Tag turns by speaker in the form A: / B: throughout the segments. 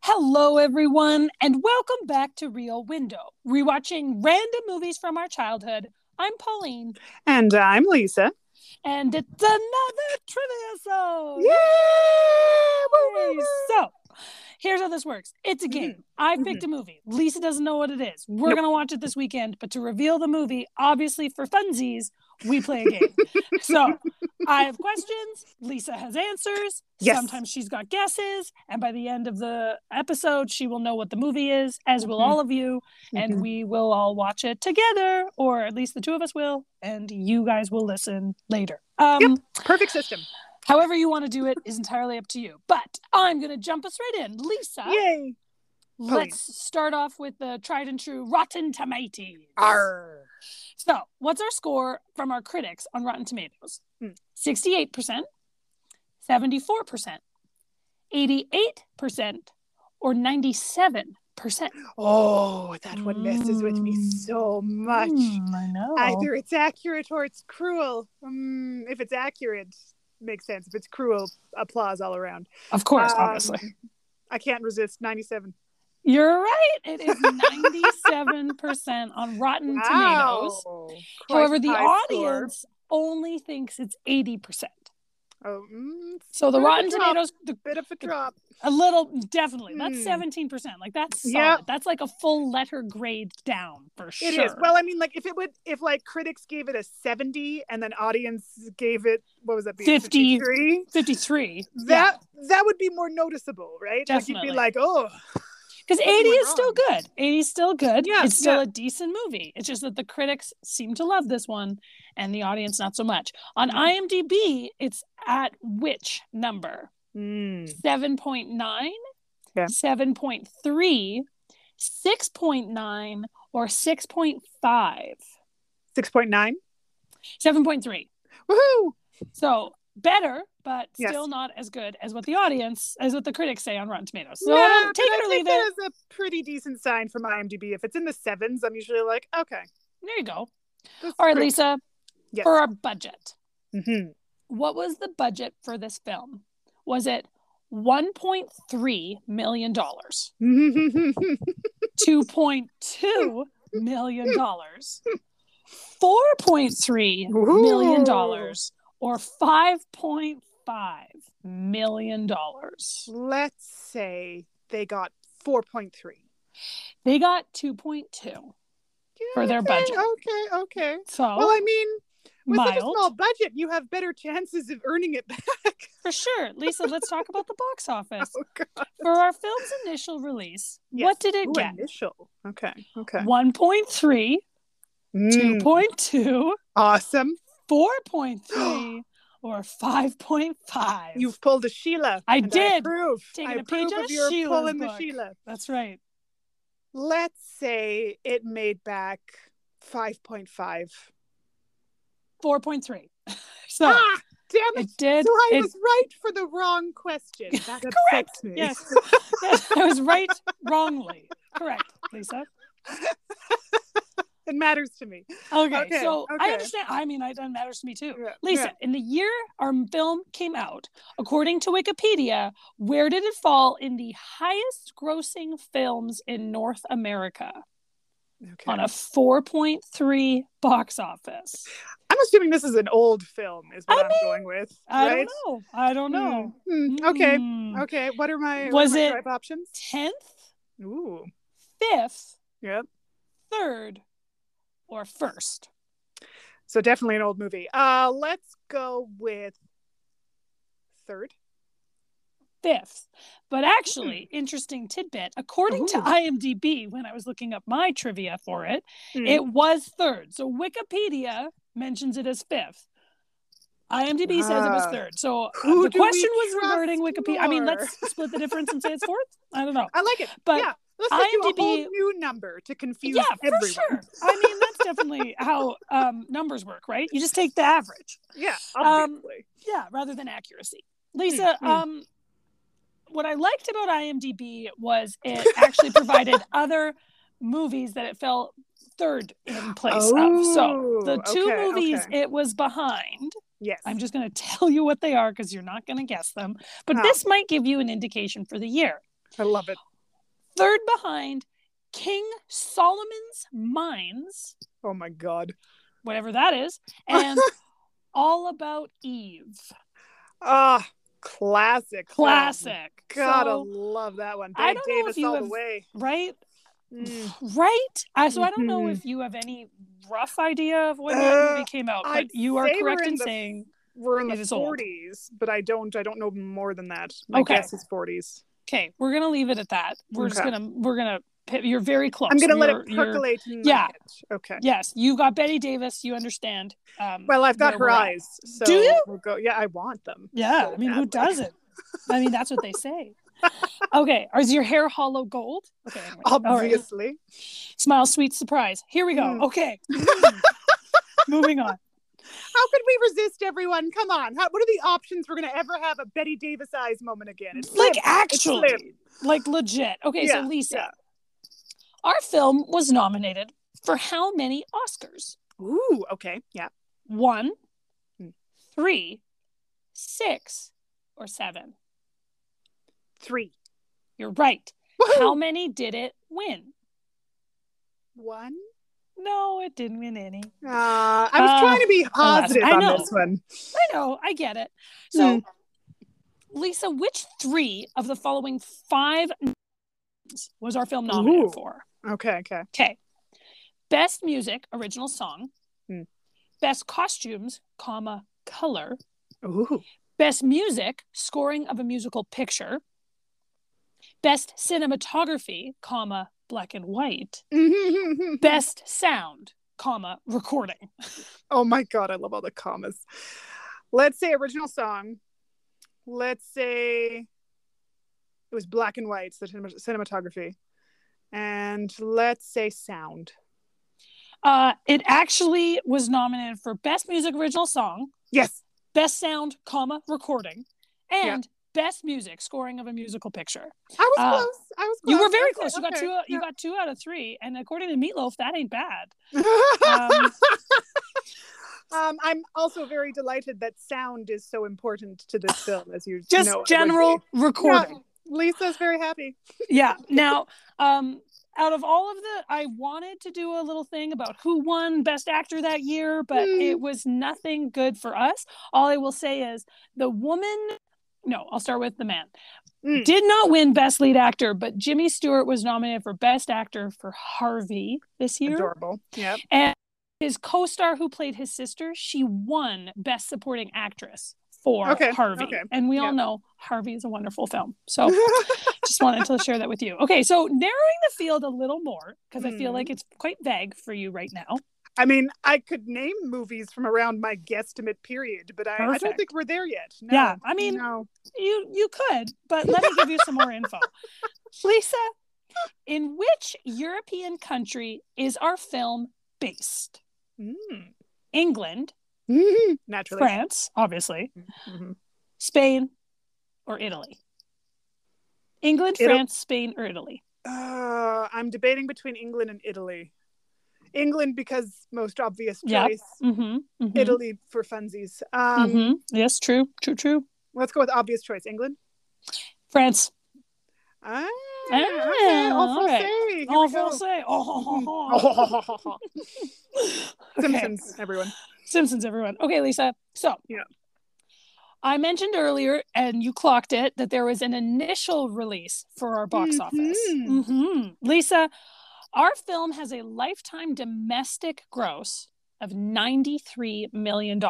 A: Hello, everyone, and welcome back to Real Window, rewatching random movies from our childhood. I'm Pauline,
B: And I'm Lisa.
A: and it's another trivia zone.
B: Yeah! Woo, woo,
A: Yay!
B: woo.
A: So, here's how this works it's a
B: Mhm.
A: game. I picked a movie. Lisa doesn't know what it is. We're
B: Nope.
A: going to watch it this weekend, but to reveal the movie, obviously for funsies, we play a game. so, I have questions. Lisa has answers.
B: Yes.
A: Sometimes she's got guesses. And by the end of the episode, she will know what the movie is, as will
B: Mhm.
A: all of you. And
B: Mhm.
A: we will all watch it together, or at least the two of us will. And you guys will listen later. Um,
B: Perfect system.
A: However, you want to do it is entirely up to you. But I'm going to jump us right in. Lisa,
B: Yay!
A: let's start off with the tried and true Rotten Tomatoes.
B: Arr.
A: So, what's our score from our critics on Rotten Tomatoes?
B: Hmm.
A: 68%, 74%, 88%, or 97%.
B: Oh, that one messes with me
A: Mm.
B: so much.
A: Hmm, I know.
B: Either it's accurate or it's cruel. Mm, if it's accurate, makes sense. If it's cruel, applause all around.
A: Of course,
B: Um,
A: obviously.
B: I can't resist 97.
A: You're right. It is 97% on Rotten Mm, Tomatoes.
B: Wow.
A: However,
B: Quite
A: the
B: high score.
A: audience only thinks it's 80%.
B: Oh, mm, it's
A: So the
B: Bit of a
A: Rotten
B: drop.
A: Tomatoes, the,
B: a bit of a drop.
A: a little, definitely, that's
B: Hmm.
A: 17%. Like that's solid.
B: Yep.
A: That's like a full letter grade down for sure.
B: It is. Well, I mean, like if it would, if like critics gave it a seventy and then audience gave it what was that? be,
A: 50.
B: 53?
A: 53.
B: That that would be more noticeable, right? Like you'd
A: Definitely.
B: be like, oh,
A: Because 80
B: Something went
A: is still
B: wrong.
A: good. 80 is still good.
B: Yeah,
A: it's still
B: yeah.
A: a decent movie. It's just that the critics seem to love this one and the audience not so much. On
B: Hmm.
A: IMDb, it's at which number?
B: hmm,
A: 7.9,
B: Mm. Yeah.
A: 7.3, 6.9, or 6.5?
B: six point nine.
A: 7.3.
B: Woohoo!
A: So better, but
B: Yes.
A: still not as good as what the audience, as what the critics say on Rotten Tomatoes. So
B: Yeah,
A: I don't-
B: but
A: take
B: I
A: it or leave
B: think
A: it.
B: That is a pretty decent sign from IMDb. If it's in the sevens, I'm usually like, okay.
A: There you go.
B: this is
A: All right,
B: pretty-
A: Lisa,
B: Yes.
A: for our budget,
B: Mhm.
A: what was the budget for this film? Was it $1.3 million,
B: Mm-hmm.
A: $2.2 million, $4.3 million, dollars, or $5.5 million? dollars?
B: Let's say they got four point three
A: They got 2.2. For their budget.
B: Okay, okay.
A: So,
B: Well, I mean, with
A: Oh, mild.
B: such a small budget, you have better chances of earning it back.
A: For sure. Lisa, let's talk about the box office.
B: Oh God!
A: For our film's initial release,
B: Yes.
A: what did it
B: Ooh,
A: get?
B: initial. Okay. Okay.
A: 1.3,
B: Mm,
A: 2.2,
B: awesome.
A: 4.3, or 5.5.
B: You've pulled a Sheila.
A: I
B: and I
A: did.
B: approve.
A: Taking
B: I
A: a page
B: approve
A: out
B: of
A: of
B: your
A: Sheila's
B: pulling
A: book.
B: the Sheila.
A: That's right.
B: Let's say it made back five point five.
A: 4.3. so
B: Ah, damn it!
A: it did.
B: So I
A: it-
B: was right for the wrong question. That upsets me.
A: yes. yes. I was right wrongly. Correct, Lisa.
B: It matters to me.
A: Okay,
B: Okay,
A: so I
B: okay.
A: understand. I mean, I, that matters to me too.
B: Yeah,
A: Lisa,
B: yeah.
A: in the year our film came out, according to Wikipedia, where did it fall in the highest grossing films in North America
B: Okay.
A: on a 4.3 box office?
B: I'm assuming this is an old film, is
A: I
B: what I am going with.
A: I
B: right?
A: don't know. I don't know.
B: Mm, mm, Okay.
A: Hmm.
B: Okay. What are my
A: Was
B: was
A: it-
B: it drive options?
A: 10th,
B: Ooh.
A: 5th,
B: Yep.
A: 3rd, or 1st?
B: So definitely an old movie. Uh, let's go with third.
A: 5th. But actually, interesting tidbit according to
B: Hmm. Ooh.
A: IMDb, when I was looking up my trivia for it,
B: Mm.
A: It was third. So Wikipedia mentions it as fifth. IMDb says it was
B: Ah.
A: third. So uh,
B: Who
A: the
B: do we
A: question was
B: trust
A: reverting Wikipedia. I mean,
B: more?
A: let's split the difference and say it's fourth. I don't know.
B: I like it.
A: But
B: yeah. Let's just do a whole
A: IMDb
B: new number to confuse
A: yeah,
B: everyone.
A: for sure. I mean, that's definitely how um, numbers work, right? You just take the average.
B: Yeah.
A: Um,
B: Obviously.
A: Yeah, rather than accuracy. Lisa,
B: Hmm, hmm.
A: um, what I liked about IMDb was it actually provided other movies that it fell third in place of. So the two
B: Oh, okay,
A: movies
B: okay.
A: it was behind
B: Yes.
A: i'm just going to tell you what they are because you're not going to guess them but
B: Oh.
A: this might give you an indication for the year
B: I love it.
A: third behind King Solomon's Mines,
B: Oh my god.
A: whatever that is, and All About Eve.
B: Oh Ah, classic. film.
A: Classic.
B: Gotta
A: So-
B: love that one.
A: I
B: Dave
A: don't know if
B: Davis
A: you
B: all
A: have-
B: the way.
A: right?
B: Mm.
A: Right? I, so I don't know
B: Mhm.
A: if you have any rough idea of when that
B: Uh,
A: movie came out, but
B: I'd
A: you are
B: say we're
A: correct
B: in
A: in
B: the-
A: saying.
B: We're in the
A: It is old.
B: 40s, but I don't. I don't know more than that. My
A: Okay.
B: guess is 40s.
A: Okay, we're gonna leave it at that. We're just
B: Okay.
A: gonna we're gonna pi- you're very close.
B: I'm gonna let
A: You're-
B: it
A: you're-
B: percolate. in my
A: yeah.
B: head. Okay.
A: Yes, you got Betty Davis. You understand. Um,
B: Well, I've got
A: where
B: her
A: we're at.
B: eyes. So
A: Do you?
B: We'll go. Yeah, I want them.
A: Yeah,
B: so
A: I mean, who
B: badly.
A: doesn't? I mean, that's what they say. Okay, is your hair hollow gold? Okay, anyway. All right.
B: Obviously.
A: Smile, sweet surprise. Here we go.
B: Mm.
A: Okay, Hmm. moving on.
B: How could we resist everyone? Come on. How, what are the options we're going to ever have a Betty Davis eyes moment again? It's
A: like
B: slim. It's
A: actually,
B: slim.
A: like legit. Okay, so
B: Yeah,
A: Lisa,
B: yeah.
A: our film was nominated for how many Oscars?
B: Ooh, okay. Yeah.
A: One,
B: Hmm.
A: three, six, or seven?
B: Three.
A: You're right.
B: Woohoo!
A: How many did it win?
B: One.
A: No, it didn't win any.
B: Uh, I was
A: Uh,
B: trying to be positive
A: I know.
B: on this one.
A: I know, I get it. So,
B: Hmm.
A: Lisa, which three of the following five nominations was our film nominated
B: Ooh.
A: for?
B: Okay, okay.
A: Okay. Best music, original song.
B: Hmm.
A: Best costumes, comma, color.
B: Ooh.
A: Best music, scoring of a musical picture. Best cinematography, comma, black and white.
B: Mm-hmm,
A: Best sound, comma, recording.
B: oh my God. I love all the commas. Let's say original song. Let's say it was black and white, so cinema- cinematography. And let's say sound.
A: Uh, it actually was nominated for Best Music Original Song,
B: Yes.
A: Best Sound, comma, recording, and Best Music, scoring of a musical picture.
B: I was
A: Uh,
B: close. I was close.
A: You were very
B: Okay,
A: close. You got
B: okay.
A: two. You
B: Yeah.
A: got two out of three, and according to Meatloaf, that ain't bad. Um,
B: um, I'm also very delighted that sound is so important to this film, as you
A: just
B: know it would
A: general
B: be. Yeah,
A: recording.
B: Lisa's very happy.
A: yeah now um out of all of the i wanted to do a little thing about who won best actor that year but
B: Hmm.
A: it was nothing good for us all i will say is the woman no i'll start with the man
B: Hmm.
A: did not win best lead actor but jimmy stewart was nominated for best actor for harvey this year
B: Adorable. Yep.
A: and his co-star who played his sister she won best supporting actress for
B: Okay,
A: harvey
B: okay,
A: and we all
B: yeah.
A: know harvey is a wonderful film so just wanted to share that with you. Okay, so narrowing the field a little more because I feel
B: Mhm.
A: like it's quite vague for you right now.
B: I mean, I could name movies from around my guesstimate period, but I, I don't
A: Perfect.
B: think we're there yet. No.
A: Yeah, I mean-
B: no.
A: You you could, but let me give you some more info. Lisa, in which European country is our film based?
B: Mm.
A: England,
B: Naturally.
A: France, obviously,
B: Mhm.
A: Spain, or Italy? England,
B: Italy.
A: France, Spain, or Italy?
B: Uh, I'm debating between England and Italy. England because most obvious choice.
A: Yep. Mm-hmm. hmm
B: Italy for funsies. Um,
A: Yes, true, true, true.
B: Let's go with obvious choice. England.
A: France.
B: Ah,
A: Ah,
B: okay. All
A: all right.
B: français. Here
A: Oh,
B: we go.
A: français. Oh, ho, ho, ho. Okay.
B: Simpsons, everyone.
A: Simpsons, everyone. Okay, Lisa. So,
B: Yeah.
A: I mentioned earlier, and you clocked it, that there was an initial release for our box office.
B: Mhm.
A: hmm Lisa, our film has a lifetime domestic gross of $93 million.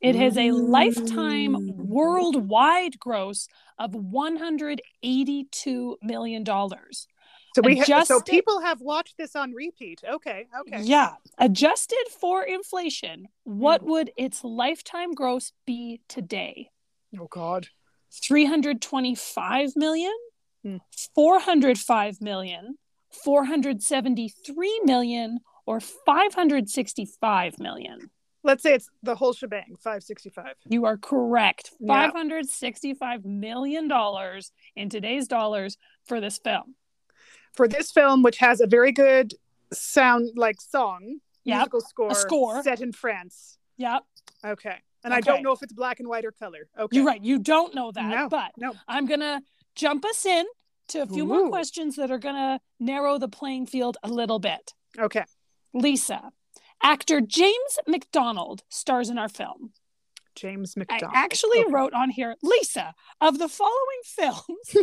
A: It has a
B: Mm-hmm.
A: lifetime
B: Mm.
A: worldwide gross of $182 million.
B: So we ha- so
A: Adjusted-
B: people have watched this on repeat. Okay, okay.
A: Yeah. Adjusted for inflation,
B: Mm.
A: what would its lifetime gross be today?
B: Oh God.
A: 325 million,
B: Hmm.
A: 405 million, 473 million, or 565 million.
B: Let's say it's the whole shebang. Five sixty-five.
A: You are correct.
B: Yeah.
A: $565 million dollars in today's dollars for this film.
B: For this film, which has a very good sound, like song,
A: Yep.
B: musical score,
A: score.
B: set in France.
A: Yep.
B: Okay. And I don't
A: Okay.
B: know if it's black and white or color. Okay.
A: You're right. You don't know that,
B: No,
A: but
B: no.
A: I'm going to jump us in to a few more
B: Ooh.
A: questions that are going to narrow the playing field a little bit.
B: Okay.
A: Lisa, actor James McDonald stars in our film.
B: James
A: I
B: McDonald.
A: actually
B: Okay.
A: wrote on here, Lisa, of the following films,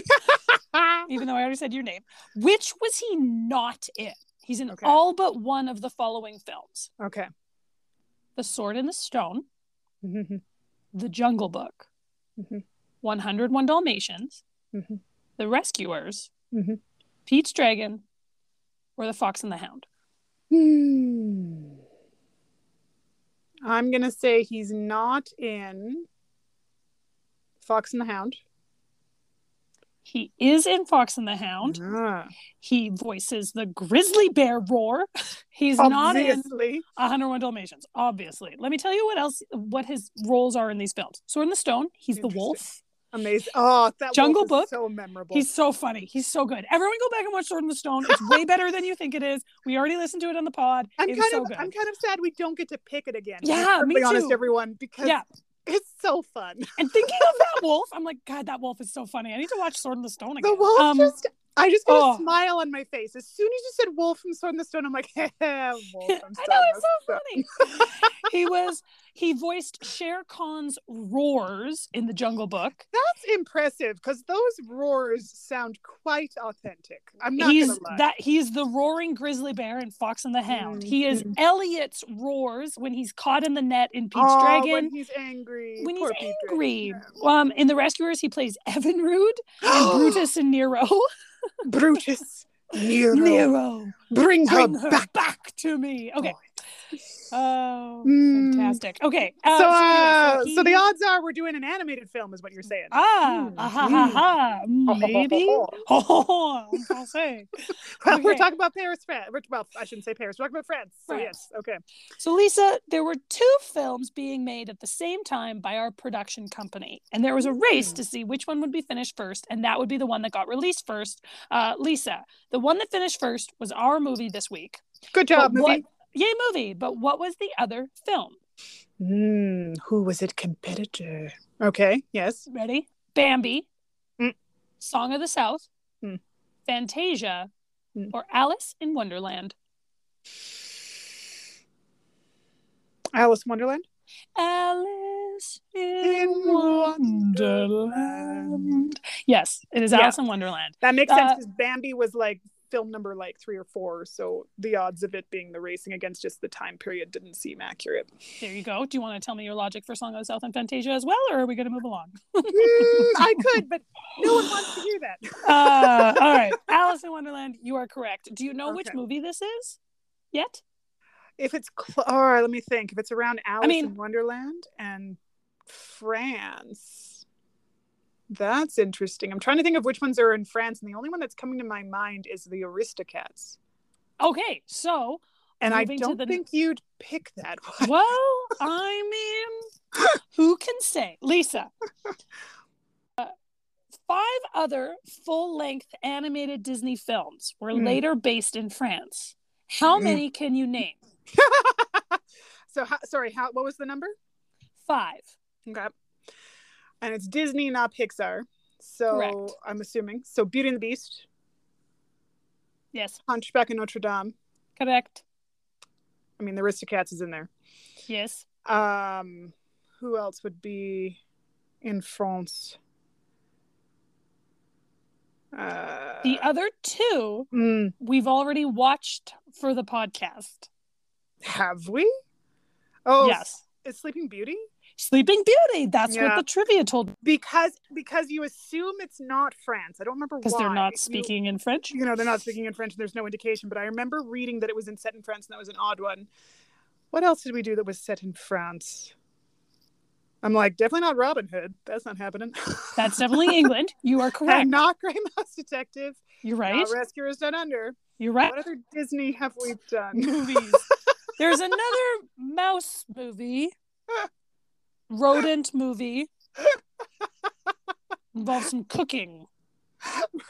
A: even though I already said your name, which was he not in? He's in
B: Okay.
A: all but one of the following films
B: okay.
A: The Sword and the Stone,
B: Mhm.
A: The Jungle Book,
B: Mhm.
A: 101 Dalmatians,
B: Mhm.
A: The Rescuers,
B: Mhm.
A: Pete's Dragon, or The Fox and the Hound.
B: Hmm. I'm going to say he's not in Fox and the Hound.
A: He is in Fox and the Hound.
B: Ah.
A: He voices the grizzly bear roar. He's not in
B: Obviously.
A: 101 Dalmatians, obviously. Let me tell you what else, what his roles are in these films. Sword in the Stone, he's the
B: Interesting.
A: wolf.
B: Amazing. Oh, that
A: Jungle
B: wolf
A: Book.
B: is so memorable.
A: He's so funny. He's so good. Everyone go back and watch Sword in the Stone. It's way better than you think it is. We already listened to it on the pod.
B: I'm
A: it's
B: kind
A: so
B: of
A: good.
B: I'm kind of sad we don't get to pick it again. to be
A: Yeah, me
B: perfectly honest,
A: too.
B: everyone, because
A: Yeah. Oh
B: it's so fun.
A: And thinking of that wolf, I'm like, God, that wolf is so funny. I need to watch Sword in the Stone again.
B: The wolf
A: Um,
B: just I just got
A: oh.
B: a smile on my face. As soon as you said wolf from Sword in the Stone, I'm like, heh, heh, wolf.
A: I
B: I'm
A: know it's so funny. he was he voiced Shere Khan's roars in the Jungle Book.
B: That's impressive because those roars sound quite authentic. I'm not
A: he's
B: gonna lie.
A: that he's the roaring grizzly bear in Fox and the Hound. He is
B: Mhm.
A: Elliot's roars when he's caught in the net in Pete's
B: Oh,
A: Dragon.
B: When he's angry.
A: When
B: Poor
A: he's
B: Pete's Dragon.
A: angry, um, in The Rescuers, he plays Evinrude and Brutus and Nero.
B: Brutus. Nero.
A: Nero,
B: Bring,
A: bring
B: her,
A: her
B: back.
A: back. to me. Okay. Oh,
B: Mm.
A: fantastic. Okay.
B: so, uh,
A: anyway,
B: so the
A: he-
B: odds are we're doing an animated film, is what you're saying.
A: Ah,
B: Mm.
A: ah ha, ha,
B: Mm.
A: ha. Maybe. Oh, ho, ho, en français.
B: Well, we're
A: Okay.
B: talking about Paris, France. Well, I shouldn't say Paris. We're talking about France. So
A: France.
B: yes, okay.
A: so, Lisa, there were two films being made at the same time by our production company, and there was a race
B: Mm.
A: to see which one would be finished first, and that would be the one that got released first. Uh, Lisa, the one that finished first was our movie this week.
B: Good job,
A: But what-
B: movie.
A: Yay, movie! But what was the other film?
B: Mm, who was it competitor? Okay, yes.
A: Ready? Bambi,
B: Mm.
A: Song of the South,
B: Mm.
A: Fantasia,
B: Mm.
A: or Alice in Wonderland.
B: Alice in Wonderland.
A: Alice in
B: In
A: Wonderland. Yes, it is
B: Yeah.
A: Alice in Wonderland.
B: That makes sense
A: Uh,
B: because Bambi was like film number like three or four, so the odds of it being the racing against just the time period didn't seem accurate.
A: There you go. Do you want to tell me your logic for Song of the South and Fantasia as well, or are we going to move along?
B: Mm, I could, but no one wants to hear that.
A: Uh, all right. Alice in Wonderland, you are correct. Do you know which
B: Okay.
A: movie this is yet?
B: If it's cl- all right, let me think. If it's around Alice
A: mean-
B: in Wonderland and France, that's interesting. I'm trying to think of which ones are in France, and the only one that's coming to my mind is the Aristocats.
A: Okay, so,
B: And
A: Moving
B: I
A: to
B: don't
A: the-
B: think you'd pick that one.
A: well, I mean, who can say? Lisa. Uh, Five other full length animated Disney films were
B: Hmm.
A: later based in France. How
B: Hmm.
A: many can you name?
B: so, how, sorry, how what was the number?
A: Five.
B: Okay. And it's Disney, not Pixar. So
A: Correct.
B: I'm assuming. So Beauty and the Beast,
A: Yes,
B: Hunchback of Notre Dame.
A: correct.
B: I mean, the Aristocats is in there.
A: Yes.
B: Um, who else would be in France? Uh,
A: The other two
B: mm,
A: we've already watched for the podcast.
B: have we? Oh,
A: yes.
B: is Sleeping Beauty?
A: Sleeping Beauty. That's
B: Yeah.
A: what the trivia told
B: Because because you assume it's not France. I don't remember
A: because
B: why.
A: they're not
B: You-
A: speaking in French.
B: you know they're not speaking in french and there's no indication but i remember reading that it was in set in france and that was an odd one what else did we do that was set in france i'm like definitely not robin hood that's not happening
A: That's definitely England. You are
B: and
A: correct.
B: not gray mouse detective
A: You're
B: not
A: right.
B: rescuers down under
A: You're right.
B: what other disney have we done
A: Movies. There's another mouse movie, rodent movie, involves some cooking.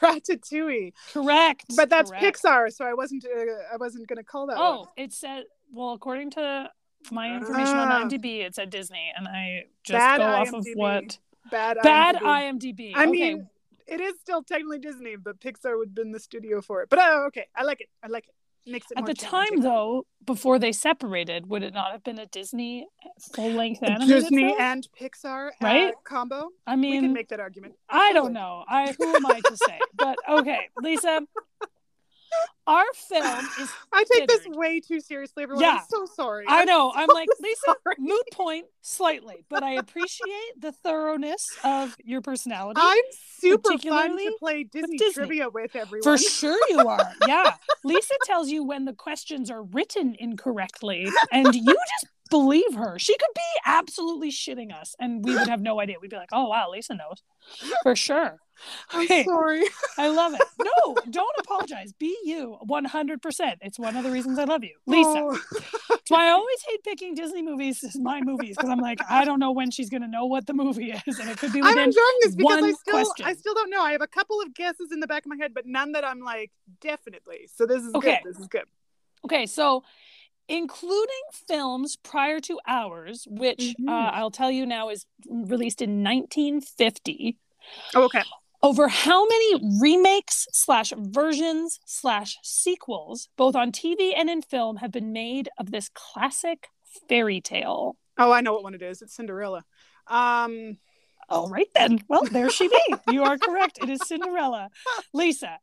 B: ratatouille
A: Correct.
B: but that's
A: correct.
B: pixar so i wasn't uh, i wasn't gonna call that one.
A: Oh, it said well, according to my information
B: Ah.
A: on IMDb, it said Disney, and I just
B: Bad
A: go off of
B: IMDb.
A: what
B: bad
A: bad
B: IMDb.
A: IMDb.
B: I
A: okay.
B: mean it is still technically Disney, but Pixar would have been the studio for it. But oh, okay, I like it. I like it. Makes it
A: At
B: more
A: the time,
B: challenging.
A: though, before they separated, would it not have been a Disney full length animated
B: Disney
A: film?
B: and Pixar uh,
A: Right?
B: combo.
A: I
B: we can
A: mean,
B: make that argument.
A: I don't know. I who am I to say? But okay, Lisa, our film is.
B: I take this
A: considered.
B: way too seriously, everyone.
A: Yeah.
B: I'm so sorry.
A: I
B: I'm
A: know. I'm
B: so
A: like Lisa.
B: sorry.
A: Moot point slightly, but I appreciate the thoroughness of your personality.
B: I'm super fun
A: particularly
B: to play Disney,
A: Disney.
B: trivia with everyone.
A: For sure you are. Yeah. Lisa tells you when the questions are written incorrectly, and you just believe her. She could be absolutely shitting us, and we would have no idea. We'd be like, oh, wow, Lisa knows. For sure.
B: I'm
A: Hey.
B: sorry.
A: I love it. No, don't apologize. Be you 100%. It's one of the reasons I love you. Lisa.
B: Oh,
A: That's why I always hate picking Disney movies as my movies because I'm like, I don't know when she's going to know what the movie is, and it could be
B: I'm
A: within.
B: enjoying this because I
A: one
B: still I
A: question.
B: still don't know. I have a couple of guesses in the back of my head, but none that I'm like definitely. So this is
A: Okay.
B: good. This is good.
A: Okay, so including films prior to ours, which
B: Mhm.
A: uh, I'll tell you now is released in 1950,
B: Oh, okay.
A: over how many remakes slash versions slash sequels, both on TV and in film, have been made of this classic fairy tale?
B: Oh, I know what one it is. It's Cinderella. Um,
A: All right then. Well, there she be. You are correct. It is Cinderella. Lisa.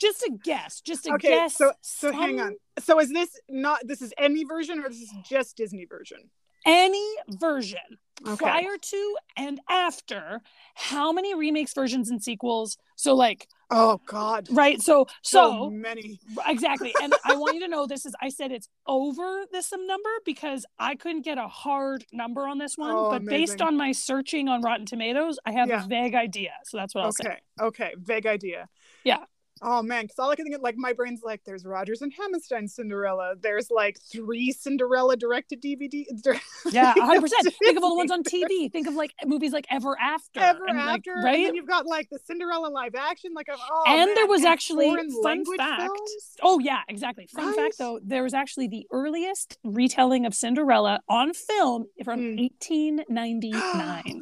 A: Just a guess. Just a
B: Okay,
A: guess.
B: so- so hang
A: Some-
B: on. so is this not this is any version or this is just Disney version?
A: Any version
B: Okay.
A: prior to and after, how many remakes, versions, and sequels? So like,
B: Oh God.
A: right? So
B: So
A: so
B: many.
A: exactly. And I want you to know this is I said it's over this some number because I couldn't get a hard number on this one.
B: Oh,
A: but based
B: amazing.
A: on my searching on Rotten Tomatoes, I have
B: Yeah.
A: a vague idea. So that's what I'll say.
B: Okay. Okay. Vague idea.
A: Yeah.
B: Oh man, because all I can think of, like, my brain's like, there's Rogers and Hammerstein Cinderella. There's like three Cinderella directed DVD. dir-
A: Yeah,
B: Like,
A: 100%.
B: that's
A: Think of all the ones
B: Disney.
A: on TV. Think of like movies like Ever After.
B: Ever
A: and, like,
B: after,
A: right?
B: and then you've got like the Cinderella live action, like I'm- oh,
A: And there
B: man,
A: was actually-
B: foreign
A: fun
B: language
A: fact.
B: films?
A: oh, yeah, exactly. Fun
B: Right?
A: fact though, there was actually the earliest retelling of Cinderella on film from
B: Mm.
A: 1899.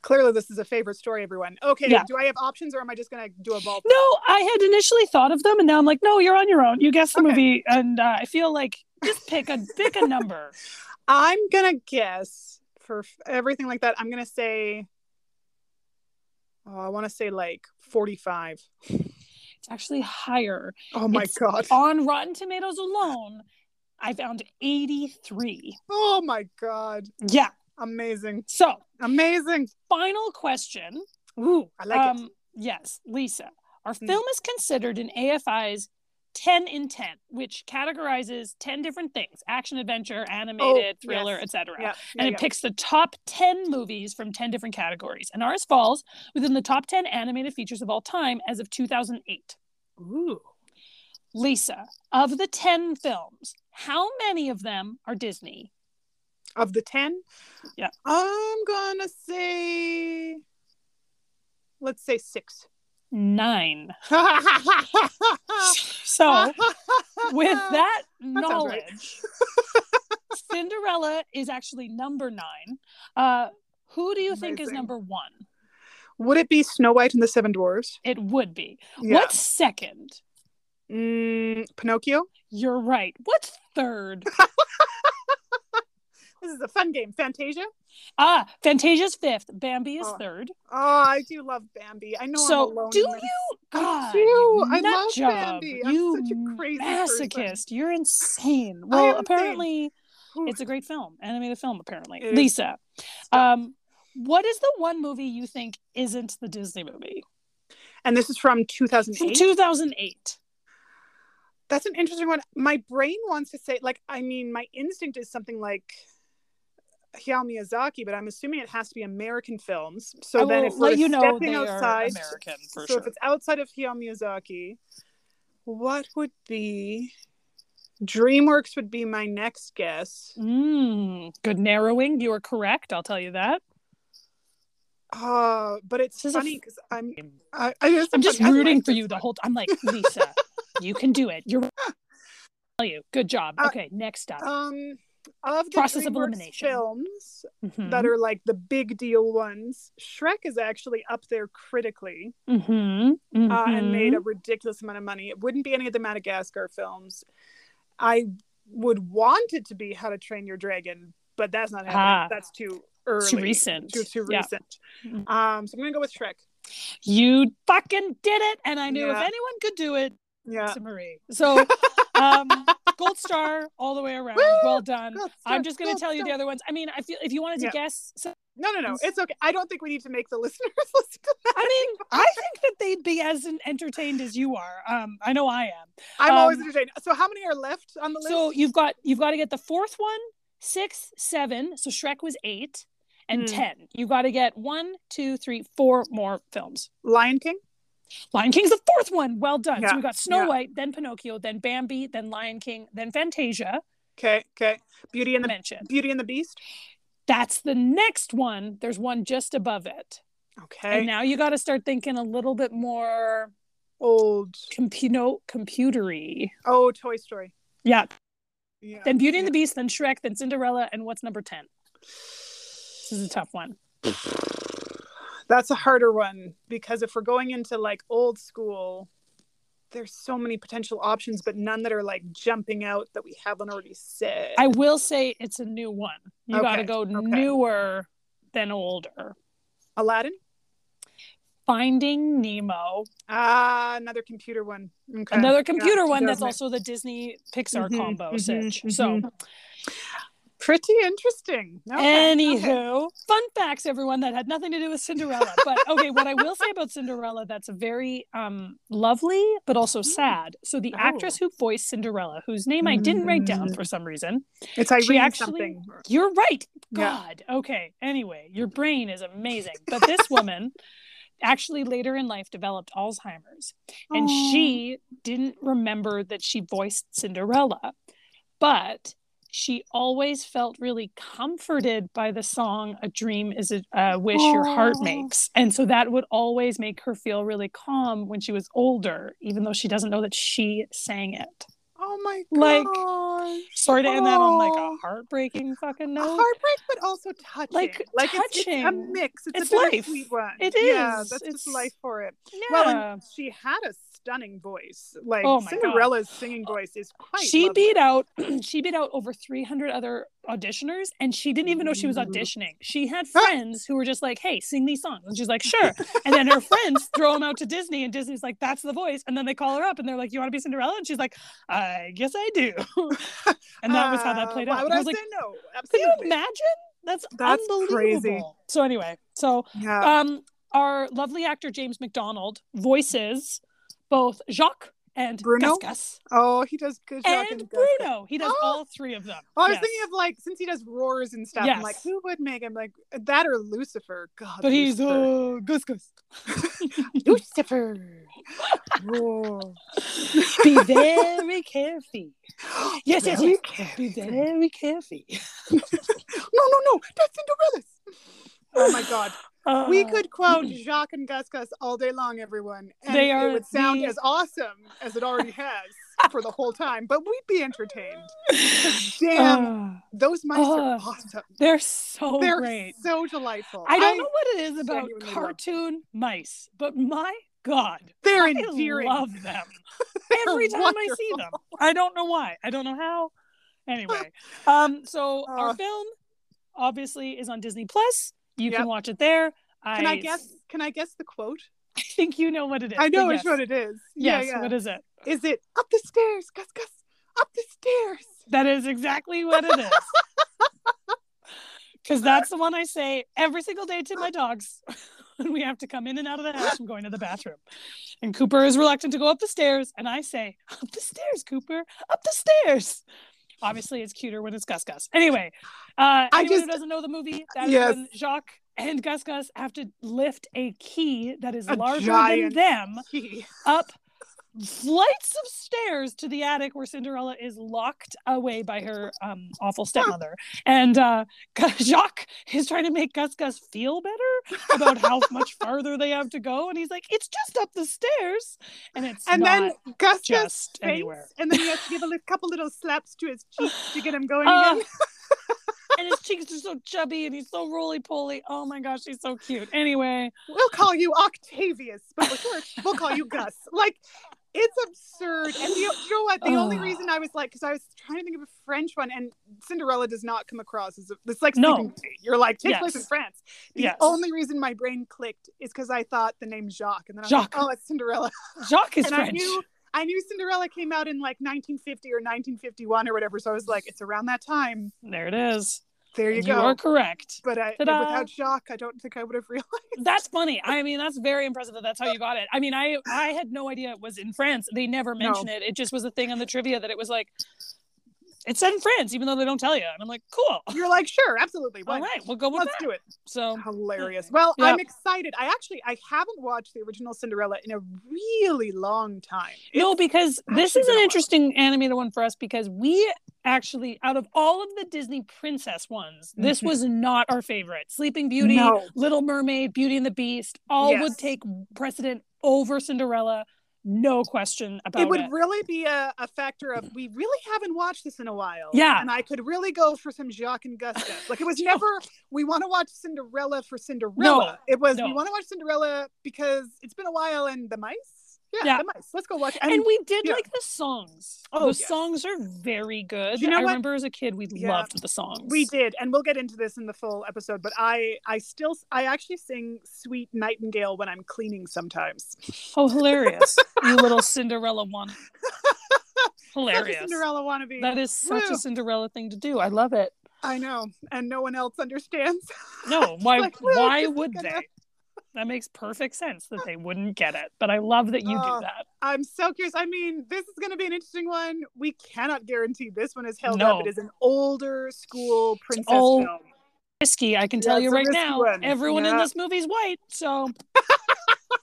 B: Clearly, this is a favorite story, everyone. Okay,
A: Yeah.
B: do I have options or am I just gonna do a ball?
A: no, I had initially thought of them, and now I'm like, no, you're on your own. You guess the
B: Okay.
A: movie, and uh, I feel like just pick a pick a number.
B: I'm gonna guess for f- everything like that. I'm gonna say, oh, I want to say like 45.
A: It's actually higher
B: Oh my
A: It's
B: god.
A: on Rotten Tomatoes alone. I found 83.
B: Oh my god.
A: Yeah.
B: Amazing.
A: So
B: Amazing.
A: final question.
B: Ooh, I like
A: Um,
B: it.
A: Yes, Lisa. Our
B: Hmm.
A: film is considered in AFI's 10 in 10, which categorizes 10 different things action, adventure, animated,
B: Oh, yes.
A: thriller, etc.
B: Yeah. yeah,
A: And
B: yeah.
A: it picks the top 10 movies from 10 different categories. And ours falls within the top 10 animated features of all time as of 2008.
B: Ooh.
A: Lisa, of the 10 films, how many of them are Disney?
B: Of the 10?
A: Yeah.
B: I'm gonna say let's say six.
A: Nine.
B: so
A: So. with that
B: sounds right.
A: knowledge, Cinderella is actually number nine. Uh, who do you think is
B: Amazing.
A: number one?
B: would it be Snow White and the Seven Dwarfs?
A: It would be.
B: Yeah.
A: What's second?
B: Mm, Pinocchio?
A: You're right. What's third?
B: This is a fun game. Fantasia?
A: ah, Fantasia's fifth. Bambi is
B: Oh,
A: third.
B: Oh, I do love Bambi. I know
A: So,
B: I'm alone.
A: do
B: in this.
A: you-
B: I
A: God,
B: do.
A: you
B: I
A: nut
B: love
A: job.
B: Bambi. I'm
A: You
B: such a crazy person.
A: masochist. You're insane.
B: am
A: Well,
B: insane.
A: apparently,
B: Ooh.
A: it's a great film, animated film. Apparently,
B: It is.
A: Lisa. Um, what is the one movie you think isn't the Disney movie?
B: And this is from 2008.
A: From 2008.
B: That's an interesting one. My brain wants to say, like, I mean, my instinct is something like Hayao Miyazaki, but I'm assuming it has to be American films. So
A: I
B: then,
A: will
B: if we're
A: let you know
B: stepping
A: they are
B: outside,
A: American, for
B: so if
A: sure.
B: it's outside of Hayao Miyazaki, what would be? DreamWorks would be my next guess.
A: Mm, good narrowing. You are correct. I'll tell you that.
B: Uh, but it's
A: This is a
B: funny
A: f-
B: because I'm I, I, it's
A: I'm just
B: funny. I
A: rooting
B: like
A: for
B: this
A: you the
B: one.
A: whole time. I'm like, Lisa, you can do it. You're. Tell you. Good job.
B: Uh,
A: Okay, next up.
B: Um, of the
A: Process of
B: DreamWorks
A: elimination.
B: films
A: Mhm.
B: that are like the big deal ones, Shrek is actually up there critically
A: Mhm.
B: uh, and
A: Mhm.
B: made a ridiculous amount of money. It wouldn't be any of the Madagascar films. I would want it to be How to Train Your Dragon, but that's not
A: Ah.
B: happening. that's too early.
A: Too recent.
B: Too, too
A: Yeah. Mm-hmm.
B: recent. Um, so I'm going to go with Shrek.
A: You fucking did it. And I knew if
B: Yeah.
A: anyone could do it,
B: Yeah.
A: it's Marie. So um, gold star all the way around.
B: Woo!
A: Well done.
B: Go,
A: I'm
B: start,
A: just going
B: go,
A: to tell you
B: start.
A: the other ones. I mean, I feel if you wanted to
B: Yeah.
A: guess, so,
B: No, no, no. It's okay. I don't think we need to make the listeners listen to that.
A: I mean, I think that they'd be as entertained as you are. Um, I know I am.
B: I'm
A: Um,
B: always entertained. So how many are left on the list?
A: So you've got you've got to get the fourth one, six, seven. So Shrek was eight and
B: Hmm.
A: ten. You got to get one, two, three, four more films.
B: Lion King.
A: Lion King's the fourth one. Well done. So
B: Yeah,
A: we got Snow
B: yeah.
A: White, then Pinocchio, then Bambi, then Lion King, then Fantasia.
B: Okay, okay. Beauty and the
A: Mention.
B: Beauty and the Beast.
A: That's the next one. There's one just above it.
B: Okay.
A: And now you got to start thinking a little bit more
B: Old.
A: compu- no, computery.
B: Oh, Toy Story.
A: Yeah.
B: Yeah.
A: Then Beauty and
B: yeah.
A: the Beast, then Shrek, then Cinderella, and what's number 10? This is a tough one.
B: That's a harder one because if we're going into like old school, there's so many potential options, but none that are like jumping out that we haven't already said.
A: I will say it's a new one. You got to
B: Okay,
A: go
B: okay.
A: newer than older.
B: Aladdin.
A: Finding Nemo,
B: Ah, another computer one. Okay.
A: another computer one that's
B: definitely.
A: also the Disney Pixar
B: Mhm,
A: combo
B: mhm,
A: sitch.
B: mhm.
A: So
B: Pretty interesting. Okay,
A: Anywho,
B: okay.
A: fun facts, everyone that had nothing to do with Cinderella. But okay, what I will say about Cinderella that's very um, lovely, but also sad. So the
B: Mm. Oh.
A: actress who voiced Cinderella, whose name I didn't write down
B: Mm.
A: for some reason,
B: it's Irene
A: actually-
B: something.
A: you're right.
B: Yeah. Mm-hmm.
A: God. Okay. Anyway, your brain is amazing. But this woman actually later in life developed Alzheimer's and
B: Oh.
A: she didn't remember that she voiced Cinderella, but she always felt really comforted by the song "A Dream Is a uh, Wish Your Heart
B: Oh.
A: Makes," and so that would always make her feel really calm when she was older, even though she doesn't know that she sang it.
B: Oh my god.
A: Like, Sorry to end that on like a
B: Oh.
A: heartbreaking fucking
B: A
A: note.
B: heartbreak, but also touching.
A: Like,
B: It's, it's a
A: touching.
B: mix. It's,
A: It's
B: a
A: life.
B: bittersweet one.
A: It
B: Yeah,
A: is.
B: that's
A: It's-
B: just life for it.
A: Yeah.
B: Well, and she had a stunning voice. Like
A: Oh my God.
B: Cinderella's singing voice is quite.
A: she
B: lovely.
A: beat out she beat out over 300 other auditioners and she didn't even know she was
B: Mm.
A: auditioning she had friends who were just like hey sing these songs and she's like sure and then her friends throw them out to disney and disney's like that's the voice and then they call her up and they're like you want to be cinderella and she's like i guess i do and that was how that
B: Uh,
A: played
B: Why
A: out
B: would
A: i
B: I,
A: was like
B: say no?
A: can you
B: Absolutely.
A: imagine that's,
B: That's
A: unbelievable
B: crazy. Uh.
A: so anyway so
B: Yeah.
A: um our lovely actor james mcdonald voices both jacques and
B: Bruno?
A: Gus Gus
B: oh, he does good. job in
A: and
B: Gus.
A: Bruno. He does
B: Oh.
A: all three of them.
B: Oh, I was
A: Yes.
B: thinking of like since he does roars and stuff. I'm like,
A: Yes.
B: who would make him like that or Lucifer? God,
A: but he's
B: Lucifer.
A: uh, Gus Gus.
B: Lucifer. Roar.
A: Be very careful. Yes, yes,
B: Very
A: yes.
B: careful.
A: Be very careful.
B: No, no, no. That's Cinderella's. Oh my God.
A: Uh,
B: we could quote Jacques and Gus Gus all day long, everyone. And
A: They are
B: it would sound
A: the-
B: as awesome as it already has for the whole time, but we'd be entertained. Damn,
A: uh,
B: those mice are
A: uh,
B: awesome.
A: they're so
B: They're
A: Oh, great.
B: so delightful.
A: I don't know what it is about
B: genuinely love them.
A: cartoon mice, but my God,
B: They're
A: I
B: endearing.
A: love them every time I see them. I don't know why. I don't know how. Anyway, um, so our
B: Uh.
A: film obviously is on Disney Plus. You
B: Yep.
A: can watch it there.
B: Can I guess? Can I guess the quote?
A: I think you know what it is.
B: I know
A: but
B: which
A: yes.
B: one it is.
A: Yes,
B: yeah, yeah.
A: what is it?
B: is it up the stairs, Gus Gus? Up the stairs.
A: That is exactly what it is. Because that's the one I say every single day to my dogs when we have to come in and out of the house from going to the bathroom. And Cooper is reluctant to go up the stairs. And I say, Up the stairs, Cooper, up the stairs. Obviously, it's cuter when it's Gus Gus. Anyway, uh,
B: I
A: anyone who
B: just-
A: doesn't know the movie, that is
B: Yes.
A: when Jacques and Gus Gus have to lift a key that is
B: A
A: larger
B: giant
A: than them
B: Gee.
A: up flights of stairs to the attic where Cinderella is locked away by her um, awful stepmother. And uh, Jacques is trying to make Gus Gus feel better about how much farther they have to go. And he's like, it's just up the stairs. And it's
B: And then
A: not
B: Gus Gus
A: just
B: faints,
A: anywhere.
B: and then he has to give a li- couple little slaps to his cheeks to get him going
A: Uh,
B: again.
A: and his cheeks are so chubby and he's so roly poly. Oh my gosh, he's so cute. Anyway,
B: We'll call you Octavius, but we're short. we'll call you Gus. Like, it's absurd. And the, you know what? The only
A: Ugh.
B: reason I was like, because I was trying to think of a French one, and Cinderella does not come across as a, it's like
A: No.
B: Sleeping Beauty. You're like takes place in
A: Yes.
B: France. The
A: Yes.
B: only reason my brain clicked is because I thought the name Jacques, and then I was
A: Jacques.
B: like, oh, it's Cinderella.
A: Jacques is
B: and I
A: French.
B: knew. I knew Cinderella came out in like 1950 or 1951 or whatever, so I was like, "It's around that time."
A: There it is.
B: There you,
A: You,
B: go.
A: are correct.
B: But I,
A: Ta-da.
B: without Jacques, I don't think I would have realized.
A: That's funny. I mean, that's very impressive that that's how you got it. I mean, I I had no idea it was in France. They never
B: No.
A: mention it. It just was a thing on the trivia that it was like it's said in France, even though they don't tell you. And I'm like, cool.
B: You're like, "Sure, absolutely,
A: All
B: why
A: right, we'll go with
B: Let's
A: that.
B: do it.
A: So
B: Hilarious. Well,
A: Yeah.
B: I'm excited. I actually I haven't watched the original Cinderella in a really long time.
A: no, because this
B: actually
A: is
B: been a
A: an
B: while.
A: interesting animated one for us because we actually, out of all of the Disney princess ones, this
B: Mhm.
A: was not our favorite. Sleeping Beauty,
B: No.
A: Little Mermaid, Beauty and the Beast, all
B: Yes.
A: would take precedent over Cinderella, no question about
B: It
A: it.
B: would really be a, a factor of we really haven't watched this in a while.
A: Yeah.
B: And I could really go for some Jacques and Gus stuff. Like it was never we want to watch Cinderella for Cinderella. it was we
A: no.
B: want to watch Cinderella because it's been a while and the mice. Yeah,
A: Yeah.
B: the mice. Let's go watch it.
A: and, we did
B: yeah.
A: like the songs.
B: Oh,
A: the
B: yes.
A: songs are very good.
B: You know
A: I
B: what?
A: remember as a kid we
B: Yeah.
A: loved the songs.
B: We did, and we'll get into this in the full episode. But I, I still, I actually sing "Sweet Nightingale" when I'm cleaning sometimes.
A: Oh, hilarious! you little Cinderella one.
B: Such a
A: Hilarious.
B: Cinderella wannabe.
A: That is such
B: Woo.
A: a Cinderella thing to do. I love it.
B: I know, and no one else understands.
A: No, why?
B: like, look,
A: why
B: this is
A: would
B: gonna-
A: they? That makes perfect sense that they wouldn't get it. But I love that you
B: Oh,
A: do that.
B: I'm so curious. I mean, this is going to be an interesting one. We cannot guarantee this one is held
A: No.
B: up. It is an older school princess
A: old-
B: film.
A: Risky, I can
B: Yeah,
A: tell
B: it's
A: you
B: a
A: right
B: risky
A: now.
B: one.
A: Everyone in
B: Yeah.
A: this movie's white, so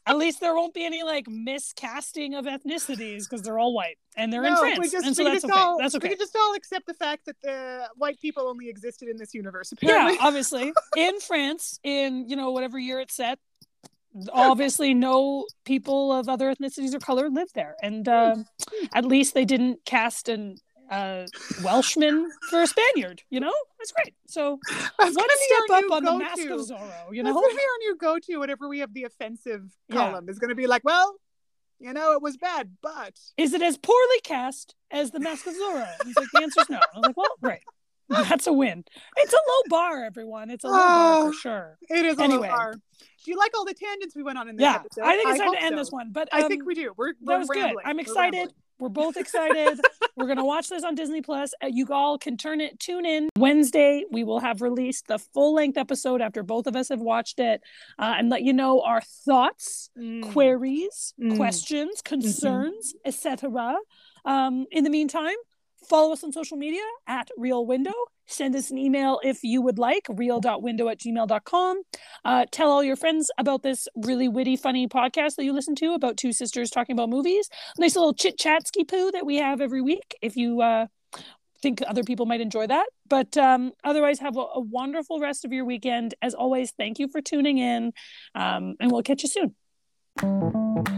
A: at least there won't be any like miscasting of ethnicities because they're all white and they're in
B: No,
A: France,
B: we just-
A: and so
B: we
A: that's
B: just
A: okay.
B: all-
A: that's okay.
B: We can just all accept the fact that the white people only existed in this universe. Apparently,
A: yeah, obviously in France, in you know whatever year it's set, obviously no people of other ethnicities or color live there,
B: Hmm.
A: and um at least they didn't cast an uh, Welshman for a Spaniard. You know, that's great. So one
B: That's gonna be our
A: step up
B: new
A: on the
B: go-to.
A: Mask of Zorro. You
B: That's
A: know,
B: gonna be our new go-to whenever we have the offensive
A: Yeah.
B: column. It's gonna be like, well, you know, it was bad, but
A: is it as poorly cast as the Mask of Zorro? And He's like, the answer's no. I was like, well, great. That's a win. It's a low bar, everyone. It's a low bar
B: Oh.
A: for sure.
B: it is
A: Anyway.
B: anyway. Do you like all the tangents we went on in this
A: Yeah,
B: episode?
A: I think it's time
B: hope
A: to end
B: so.
A: this one. But
B: I
A: um,
B: think we do. We're, we're
A: that was
B: rambling.
A: good. I'm
B: We're
A: excited.
B: rambling.
A: We're, both excited. We're gonna watch this on Disney Plus. Uh, You all can turn it. Tune in Wednesday. We will have released the full length episode after both of us have watched it, uh, and let you know our thoughts,
B: Mm.
A: queries,
B: Mm.
A: questions, concerns, etc. Um, in the meantime, follow us on social media at Real Window. Send us an email if you would like, real.window at gmail.com. Uh, tell all your friends about this really witty, funny podcast that you listen to about two sisters talking about movies. Nice little chit chat ski poo that we have every week if you uh, think other people might enjoy that. But um, otherwise, have a, a wonderful rest of your weekend. As always, thank you for tuning in, um, and we'll catch you soon.